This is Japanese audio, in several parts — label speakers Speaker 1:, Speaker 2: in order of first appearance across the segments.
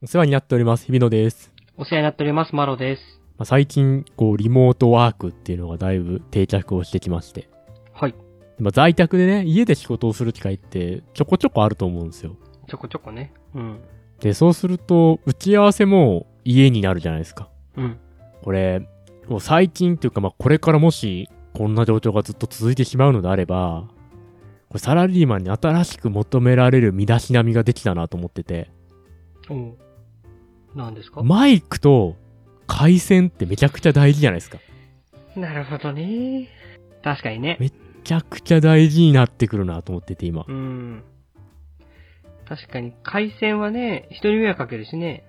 Speaker 1: お世話になっております、日比野です。
Speaker 2: お世話になっております、マロです。
Speaker 1: まあ、最近、こう、リモートワークっていうのがだいぶ定着をしてきまして。
Speaker 2: はい。
Speaker 1: まあ、在宅でね、家で仕事をする機会ってちょこちょこあると思うんですよ。
Speaker 2: ちょこちょこね。うん。
Speaker 1: で、そうすると、打ち合わせも家になるじゃないですか。
Speaker 2: うん。
Speaker 1: これ、もう最近っていうか、まあ、これからもし、こんな状況がずっと続いてしまうのであれば、これサラリーマンに新しく求められる身だしなみができたなと思ってて、
Speaker 2: おう何ですか、
Speaker 1: マイクと回線ってめちゃくちゃ大事じゃないですか。
Speaker 2: なるほどね。確かにね
Speaker 1: め。めちゃくちゃ大事になってくるなと思ってて今。
Speaker 2: うん。確かに、回線はね、人に迷惑かけるしね。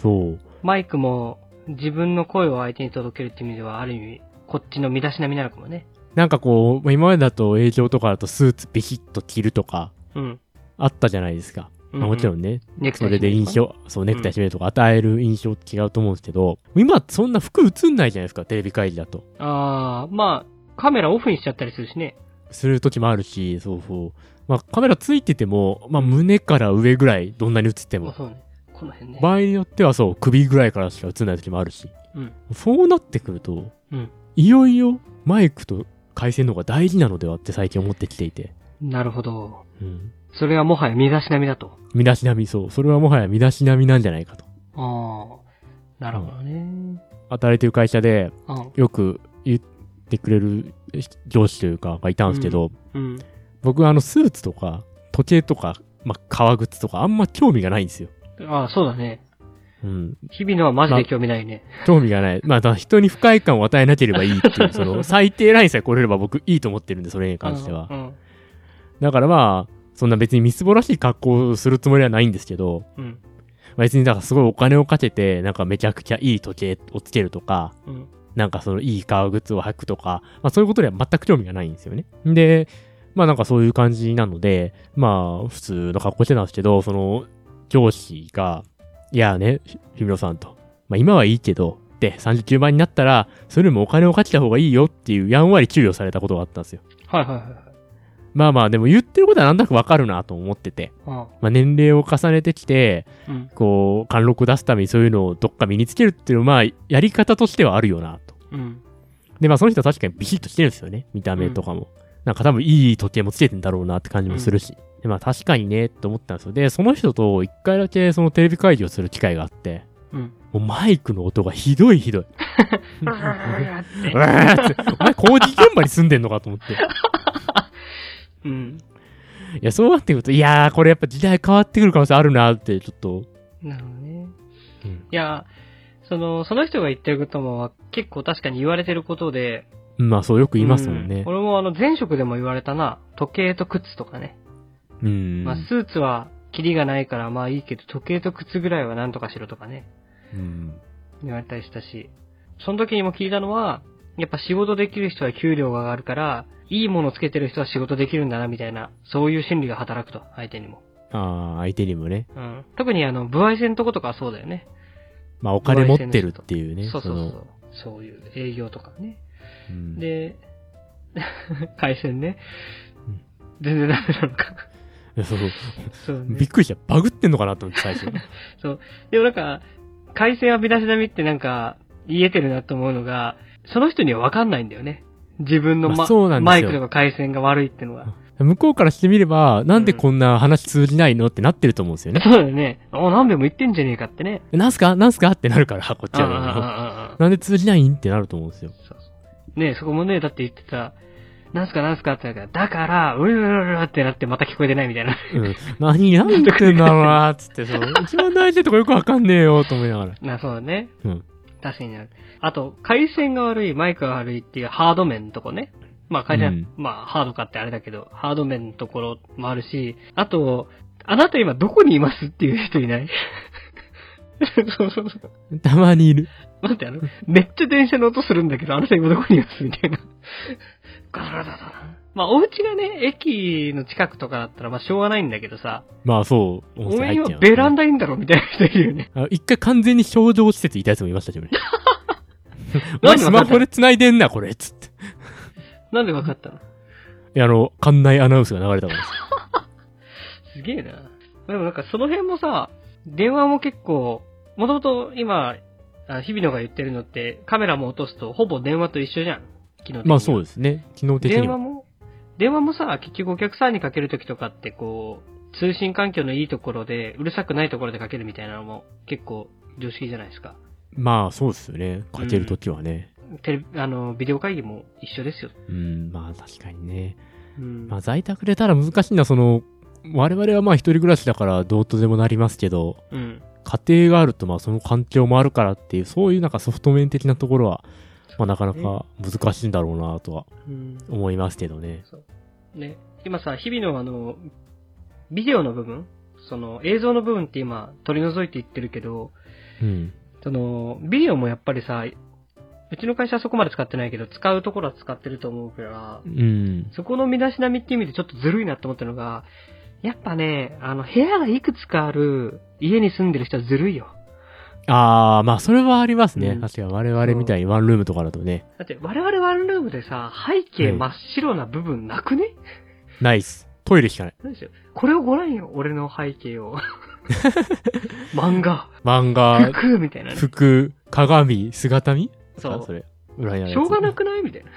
Speaker 1: そう。
Speaker 2: マイクも、自分の声を相手に届けるっていう意味では、ある意味、こっちの身だしなみなのかもね。
Speaker 1: なんかこう、まあ今までだと営業とかだとスーツビシッと着るとか
Speaker 2: うん。
Speaker 1: あったじゃないですか。
Speaker 2: う
Speaker 1: まあもちろ
Speaker 2: ん。
Speaker 1: んね、
Speaker 2: ネクタ
Speaker 1: そ
Speaker 2: イ
Speaker 1: れで印象、そう、ネクタイ締めるとか与える印象って違うと思うんですけど、今そんな服映んないじゃないですか、テレビ会議だと。
Speaker 2: あー、まあ、カメラオフにしちゃったりするしね。
Speaker 1: する時もあるし、そうそう。まあカメラついてても、まあ胸から上ぐらいどんなに映って
Speaker 2: まあ
Speaker 1: も。
Speaker 2: そうね。この辺ね。
Speaker 1: 場合によってはそう、首ぐらいからしか映んない時もあるし。
Speaker 2: うん。
Speaker 1: そうなってくると、
Speaker 2: うん
Speaker 1: いよいよマイクと回線の方が大事なのではって最近思ってきていて。
Speaker 2: なるほど。
Speaker 1: うん。
Speaker 2: それはもはや身だしなみだと。
Speaker 1: 身だしなみ、そう。それはもはや身だしなみなんじゃないかと。
Speaker 2: ああ、なるほどね。
Speaker 1: 働いてる会社で
Speaker 2: うん。
Speaker 1: よく言ってくれる上司というかがいたんですけど、
Speaker 2: うん。
Speaker 1: 僕はあのスーツとか時計とか、まあ、革靴とかあんま興味がないんですよ。
Speaker 2: ああ、そうだね。
Speaker 1: うん。
Speaker 2: 日々のはマジで興味ないね。
Speaker 1: 興味がない。まあ、だから人に不快感を与えなければいいっていう、そ の最低ラインさえ来れれば僕いいと思ってるんで、それに関しては
Speaker 2: う。ん。
Speaker 1: だからまあ、そんな別にみすぼらしい格好をするつもりはないんですけど、
Speaker 2: うん。
Speaker 1: まあ別にだからすごいお金をかけて、なんかめちゃくちゃいい時計をつけるとか、
Speaker 2: うん。
Speaker 1: なんかそのいい革靴を履くとか、まあそういうことには全く興味がないんですよね。で、まあなんかそういう感じなので、まあ普通の格好してたんですけど、その上司が、いやね、ひひみろさんと、まあ今はいいけど、で、39倍になったら、それよりもお金をかけた方がいいよっていうやんわり注意をされたことがあったんですよ。
Speaker 2: はいはいはいはい。
Speaker 1: まあまあでも言ってることはなんとなくわかるなと思ってて。
Speaker 2: あ
Speaker 1: まあ、年齢を重ねてきて、
Speaker 2: あうん。
Speaker 1: こう、貫禄を出すためにそういうのをどっか身につけるっていうのは、まあ、やり方としてはあるよな、と。
Speaker 2: うん。
Speaker 1: で、まあ、その人は確かにビシッとしてるんですよね。見た目とかも。なんか多分いい時計もつけてんだろうなって感じもするし。で、まあ、確かにね、と思ったんですよ。で、その人と一回だけそのテレビ会議をする機会があって、
Speaker 2: うん。
Speaker 1: もうマイクの音がひどいひ どい。
Speaker 2: うわーっ
Speaker 1: う
Speaker 2: て
Speaker 1: わーってお前工事現場に住んでんのかと思って。
Speaker 2: うん。
Speaker 1: いや、そうなってくると、いやー、これやっぱ時代変わってくる可能性あるなって、ちょっと。
Speaker 2: なるほどね。
Speaker 1: うん
Speaker 2: いや、その、その人が言ってることも結構確かに言われてることで。
Speaker 1: まあ、そうよく言いますもんね
Speaker 2: う。俺もあの、前職でも言われたな。時計と靴とかね。
Speaker 1: うん。
Speaker 2: まあ、スーツは、キリがないからまあいいけど、時計と靴ぐらいはなんとかしろとかね。
Speaker 1: うん
Speaker 2: 言われたりしたし、その時にも聞いたのは、やっぱ仕事できる人は給料が上がるから、いいものつけてる人は仕事できるんだな、みたいな、そういう心理が働くと、相手にも。
Speaker 1: ああ、相手にもね。
Speaker 2: うん。特にあの、歩合制のとことかはそうだよね。
Speaker 1: まあ、お金持ってるっていうね。
Speaker 2: そうそう
Speaker 1: の
Speaker 2: そう。そういう営業とかね。
Speaker 1: うん
Speaker 2: で、 回線ね。全然ダメなの か。
Speaker 1: そうそう。
Speaker 2: そうね
Speaker 1: びっ。くりした。バグってんのかなと思って、最 初。
Speaker 2: でもなんか、回線は見出し並みってなんか、言えてるなと思うのが、その人にはわかんないんだよね。自分の、
Speaker 1: ま
Speaker 2: ま
Speaker 1: あそうなんです
Speaker 2: マ
Speaker 1: よ
Speaker 2: イクとか回線が悪いってのは。
Speaker 1: 向こうからしてみれば、なんでこんな話通じないのってなってると思うんですよね。
Speaker 2: そうだよね。お、何べも言ってんじゃねえかってね。
Speaker 1: なんすかなんすかってなるから、こっち
Speaker 2: ああ
Speaker 1: は。
Speaker 2: ああああ
Speaker 1: なんで通じないんってなると思うんですよ。
Speaker 2: そうそうねえ、そこもね、だって言ってた、なんすかなんすかってなるから、だから、うるるるるってなってまた聞こえてないみたいな。
Speaker 1: うん。何、何言ってんだろうなーっつって、そう。一番大事なとこよくわかんねえよ、と思いながら。
Speaker 2: な、そうだね。
Speaker 1: うん。
Speaker 2: 確かにね。あと、回線が悪い、マイクが悪いっていうハード面のとこね。まあ回線、まあハードかってあれだけど、ハード面のところもあるし、あと、あなた今どこにいますっていう人いない そうそうそう。
Speaker 1: たまにいる。
Speaker 2: 待って、あの、めっちゃ電車の音するんだけど、あなた今どこにいますみたいな。ガラガラガラガラ。まあ、お家がね、駅の近くとかだったら、まあ、しょうがないんだけどさ、
Speaker 1: まあそう、
Speaker 2: お
Speaker 1: 音声
Speaker 2: 前
Speaker 1: 入っちゃ
Speaker 2: 今
Speaker 1: う。
Speaker 2: ベランダいいんだろみたいな人いるよね。
Speaker 1: あ一回完全に症状施設いたやつもいましたけどね。お前スマホで繋いでんな、これ、つって。
Speaker 2: なんでわかったの
Speaker 1: いや、あの、館内アナウンスが流れたからです。
Speaker 2: すげえな。でもなんかその辺もさ、電話も結構、もともと今、あ日比野が言ってるのって、カメラも落とすとほぼ電話と一緒じゃん。機能的には
Speaker 1: まあそうですね。機能的に
Speaker 2: 電話
Speaker 1: は。
Speaker 2: も、電話もさ、結局お客さんにかけるときとかってこう、通信環境のいいところで、うるさくないところでかけるみたいなのも結構常識じゃないですか。
Speaker 1: まあそうですよね。かけるときはね。
Speaker 2: テレビ、あの、ビデオ会議も一緒ですよ。
Speaker 1: うん、まあ確かにね。
Speaker 2: うん。
Speaker 1: まあ在宅でたら難しいのは、その、我々はまあ一人暮らしだからどうとでもなりますけど、
Speaker 2: うん。
Speaker 1: 家庭があるとまあその環境もあるからっていう、そういうなんかソフト面的なところは、まあなかなか難しいんだろうなとは
Speaker 2: うん
Speaker 1: 思いますけどね。
Speaker 2: ね、今さ、日々のあの、ビデオの部分、その映像の部分って今取り除いていってるけど、
Speaker 1: うん。
Speaker 2: その、ビデオもやっぱりさ、うちの会社はそこまで使ってないけど、使うところは使ってると思うから
Speaker 1: う、ん。
Speaker 2: そこの身だしなみっていう意味でちょっとずるいなと思ったのが、やっぱね、あの、部屋がいくつかある家に住んでる人はずるいよ。
Speaker 1: ああ、まあそれはありますね。
Speaker 2: うん
Speaker 1: 確かに我々みたいにワンルームとかだとね、
Speaker 2: だって我々ワンルームでさ、背景真っ白な部分なくね、
Speaker 1: ナイス。トイレしかない。
Speaker 2: 何でしょうこれをご覧よ、俺の背景を。漫画、
Speaker 1: 漫画、
Speaker 2: 服みたいなね。
Speaker 1: 服、鏡、姿見
Speaker 2: そう
Speaker 1: あそれ。裏にあるや
Speaker 2: し
Speaker 1: つ
Speaker 2: ょうがなくないみたいな。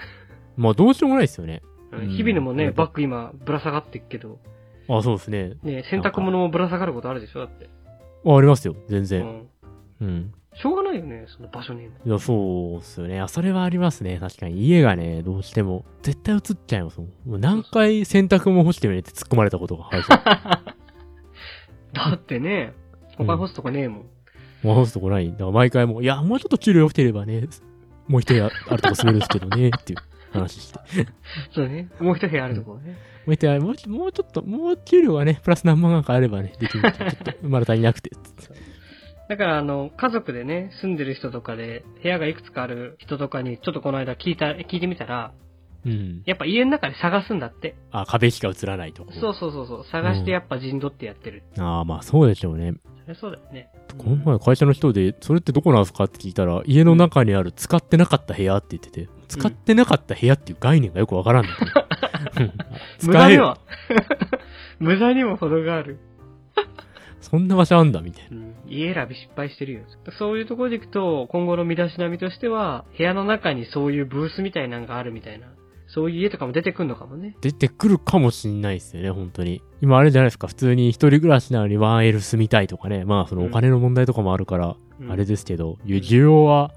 Speaker 1: まあどうしようもないですよね。うん
Speaker 2: 日々のも
Speaker 1: う
Speaker 2: ね、
Speaker 1: ん
Speaker 2: バッグ今、ぶら下がってっけど、
Speaker 1: あそうですね。
Speaker 2: ね、洗濯物もぶら下がることあるでしょだって。
Speaker 1: あありますよ。全
Speaker 2: う
Speaker 1: 然。
Speaker 2: ん。
Speaker 1: うん。
Speaker 2: しょうがないよね、その場所に。
Speaker 1: いや、そうっすよね。あ、それはありますね。確かに。家がね、どうしても、絶対映っちゃいますもん。もう何回洗濯も干してみれって突っ込まれたことが最初。
Speaker 2: だってね、他干すとかねえもん。
Speaker 1: もう干すとこない。だから毎回もう、いや、もうちょっと給料良くてればね、もう一人あるとこ住めるんですけどね、っていう話して。も
Speaker 2: そうね。もう一部屋あるとこね。
Speaker 1: う一人あもうちょもうちょっと、もう給料がね、プラス何万かあればね、できるってちょっと、まだ足りなくて。
Speaker 2: だから、あの、家族でね、住んでる人とかで、部屋がいくつかある人とかに、ちょっとこの間聞いた、聞いてみたら、
Speaker 1: うん。
Speaker 2: やっぱ家の中で探すんだって。
Speaker 1: あ、壁しか映らないとこ。
Speaker 2: そうそうそうそう。探してやっぱ陣取ってやってる。
Speaker 1: ああ、まあそうでしょうね。
Speaker 2: そりゃそうだよね。
Speaker 1: この前会社の人で、それってどこなんですかって聞いたら、家の中にある使ってなかった部屋って言ってて、使ってなかった部屋っていう概念がよくわからん だけどうん
Speaker 2: 無駄
Speaker 1: 使え
Speaker 2: に
Speaker 1: よ
Speaker 2: は。 無駄にも程がある。
Speaker 1: そんな場所あんだみたいな。
Speaker 2: うん、家選び失敗してるよ。そういうところで行くと、今後の身だしなみとしては、部屋の中にそういうブースみたいなのがあるみたいな、そういう家とかも出てくんのかもね。
Speaker 1: 出てくるかもしんないですよね、本当に。今あれじゃないですか、普通に一人暮らしなのに 1L 住みたいとかね、まあそのお金の問題とかもあるから、
Speaker 2: うん
Speaker 1: あれですけど、需要は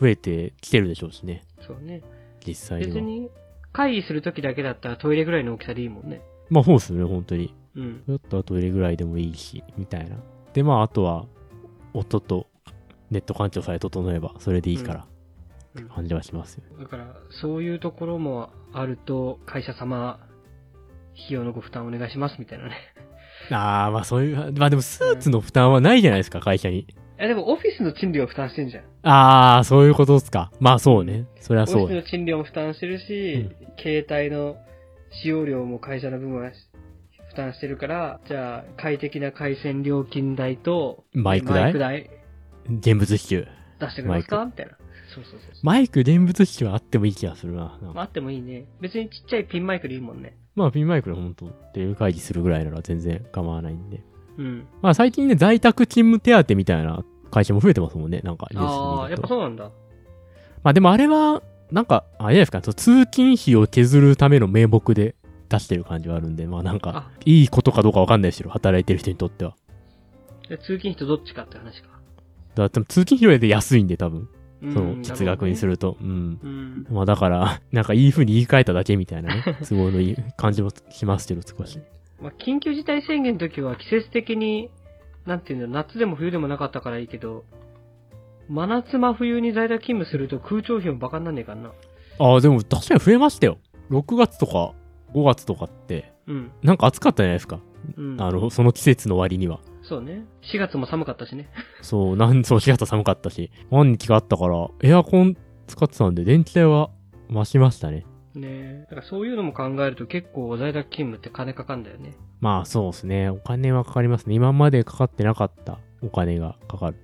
Speaker 1: 増えてきてるでしょうしね、
Speaker 2: そうね。
Speaker 1: 実際
Speaker 2: 別
Speaker 1: には。
Speaker 2: に、会議するときだけだったらトイレぐらいの大きさでいいもんね。
Speaker 1: まあそうですよね、本当に。
Speaker 2: うん。
Speaker 1: ちょっとトイレぐらいでもいいし、みたいな。で、まあ、あとは、音とネット環境さえ整えば、それでいいから、
Speaker 2: うんうん
Speaker 1: 感じはしますよね。
Speaker 2: だから、そういうところもあると、会社様、費用のご負担お願いしますみたいなね。
Speaker 1: ああ、まあそういう、まあでもスーツの負担はないじゃないですか、会社に。
Speaker 2: え、でもオフィスの賃料を負担してんじゃん。
Speaker 1: ああ、そういうことっすか。まあそうね。そり
Speaker 2: オ
Speaker 1: ゃ
Speaker 2: フィ
Speaker 1: そ
Speaker 2: ス
Speaker 1: う
Speaker 2: の
Speaker 1: ね。
Speaker 2: 賃料も負担してるし、携帯の使用料も会社の分は負担してるから、じゃあ、快適な回線料金代と、
Speaker 1: マイク代
Speaker 2: マイク代
Speaker 1: 現物支給。
Speaker 2: 出してくれますか
Speaker 1: マ
Speaker 2: みたいな。そうそうそうそう。
Speaker 1: マイク、現物支給はあってもいい気がするな。なんか
Speaker 2: まあ、あってもいいね。別にちっちゃいピンマイクでいいもんね。
Speaker 1: まあ、ピンマイクの本当、っていう会議するぐらいなら全然構わないんで。
Speaker 2: うん。
Speaker 1: まあ最近ね、在宅勤務手当みたいな会社も増えてますもんね、なんかニュース見ると。
Speaker 2: ああ、やっぱそうなんだ。
Speaker 1: まあでもあれは、なんか、あれじゃないですか、その通勤費を削るための名目で出してる感じはあるんで、まあなんか
Speaker 2: あ、
Speaker 1: いいことかどうかわかんないですよ、働いてる人にとっては。
Speaker 2: じゃあ通勤費とどっちかって話か。
Speaker 1: だって通勤費用で安いんで、多分。
Speaker 2: うん
Speaker 1: その、実額にす。ると。うん。
Speaker 2: うん。
Speaker 1: まあだから、 なんかいい風に言い換えただけみたいな ね、都合のいい感じもしますけど、少し。
Speaker 2: まあ、緊急事態宣言の時は季節的に、なんていうんだろう、夏でも冬でもなかったからいいけど、真夏真冬に在宅勤務すると空調費もバカになんねえかんな。
Speaker 1: ああ、でも確かに増えましたよ。6月とか5月とかって、
Speaker 2: うん。
Speaker 1: なんか暑かったじゃないですか。
Speaker 2: うん。
Speaker 1: あの、その季節の割には。
Speaker 2: そうね。4月も寒かったしね。
Speaker 1: そう、なん、 そう、4月寒かったし、何日があったから、エアコン使ってたんで、電気代は増しましたね。
Speaker 2: ねえ。だからそういうのも考えると結構在宅勤務って金かかんだよね。
Speaker 1: まあ、そうですね。お金はかかりますね。今までかかってなかったお金がかかる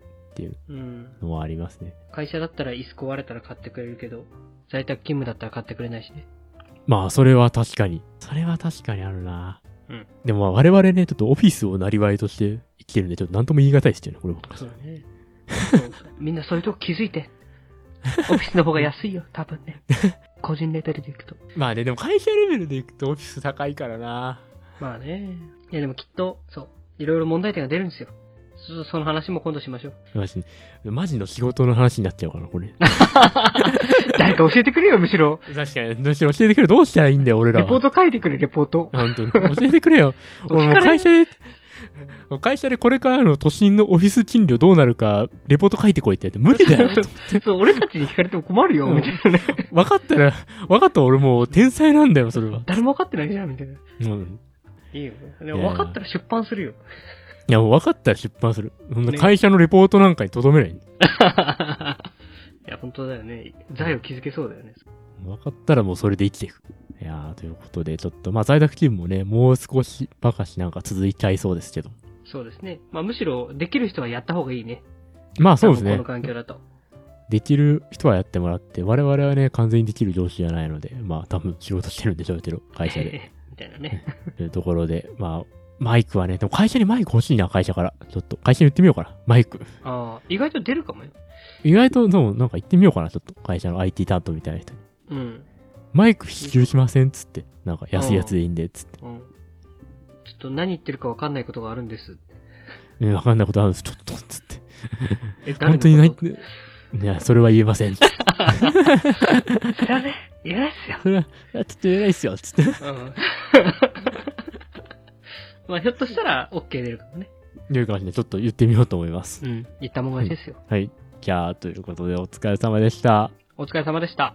Speaker 2: うん。
Speaker 1: のはありますね。
Speaker 2: 会社だったら椅子壊れたら買ってくれるけど、在宅勤務だったら買ってくれないしね。
Speaker 1: まあ、それは確かに。それは確かにあるな。
Speaker 2: うん
Speaker 1: でもまあ我々ね、ちょっとオフィスをなりわいとして生きてるんで、ちょっと何とも言い難いですよね、これは。
Speaker 2: そうだね。みんなそういうとこ気づいて。オフィスの方が安いよ、多分ね。個人レベルでいくと。
Speaker 1: まあね、でも会社レベルでいくとオフィス高いからな。
Speaker 2: まあね。いやでもきっと、そう。いろいろ問題点が出るんですよ。そその話も今度しましょ う。
Speaker 1: マジマジの仕事の話になっちゃうから、これ。
Speaker 2: 誰か教えてくれよ、むしろ。
Speaker 1: 確かに、むしろ教えてくれ、どうしたらいいんだよ、俺ら
Speaker 2: レ
Speaker 1: は。
Speaker 2: ポート書いてくれ、レポート。
Speaker 1: 本当に。教えてくれ よ。俺もう会社で、もう会社でこれからの都心のオフィス賃料どうなるか、レポート書いてこいってやって、無理だ よ。
Speaker 2: そう、俺たちに聞かれても困るよ、
Speaker 1: うん
Speaker 2: みたいなね。
Speaker 1: 分かったら、分かったら俺もう天才なんだよ、それは。
Speaker 2: 誰も分かってないじゃん、みたいな。
Speaker 1: うん。
Speaker 2: いいよ。で
Speaker 1: い
Speaker 2: も
Speaker 1: や
Speaker 2: 分かったら出版するよ。
Speaker 1: いや、もう分かったら出版する。そんな
Speaker 2: ね
Speaker 1: 会社のレポートなんかにとどめない。
Speaker 2: いや、本当だよね。財を築けそうだよね。
Speaker 1: 分かったらもうそれで生きていく。いやー、ということで、ちょっと、まあ在宅勤務もね、もう少しばかしなんか続いちゃいそうですけど。
Speaker 2: そうですね。まあ、むしろ、できる人はやった方がいいね。
Speaker 1: まあそうです
Speaker 2: 多分こ
Speaker 1: ね
Speaker 2: の。環境だと。
Speaker 1: できる人はやってもらって、我々はね、完全にできる上司じゃないので、まあ多分仕事してるんでしょうけど、会社で。
Speaker 2: みたいなね。
Speaker 1: というところで、まあ、マイクはね、でも会社にマイク欲しいな、会社から。ちょっと、会社に言ってみようかな、マイク。
Speaker 2: ああ、意外と出るかもよ。
Speaker 1: 意外と、でもなんか言ってみようかな、ちょっと、会社の IT 担当みたいな人に。
Speaker 2: うん。
Speaker 1: マイク支給しませんっつって、なんか安いやつでいいんで、つって。
Speaker 2: うん。ちょっと何言ってるか分かんないことがあるんです。
Speaker 1: うん、わかんないことあるんです、ちょっと、つって。
Speaker 2: え、
Speaker 1: 本当にない
Speaker 2: 誰
Speaker 1: っ
Speaker 2: のこ
Speaker 1: て。いや、それは言えません。そ
Speaker 2: とそれはね、言えないっすよ。
Speaker 1: れは、ちょっと言えないっすよ、つって。
Speaker 2: うん。 まあ、ひょっとしたら、OK 出るかもね。
Speaker 1: 言うかもしれない。ちょっと言ってみようと思います。
Speaker 2: うん。言ったもん勝ちですよ。
Speaker 1: はい。じゃあ、ということで、お疲れ様でした。
Speaker 2: お疲れ様でした。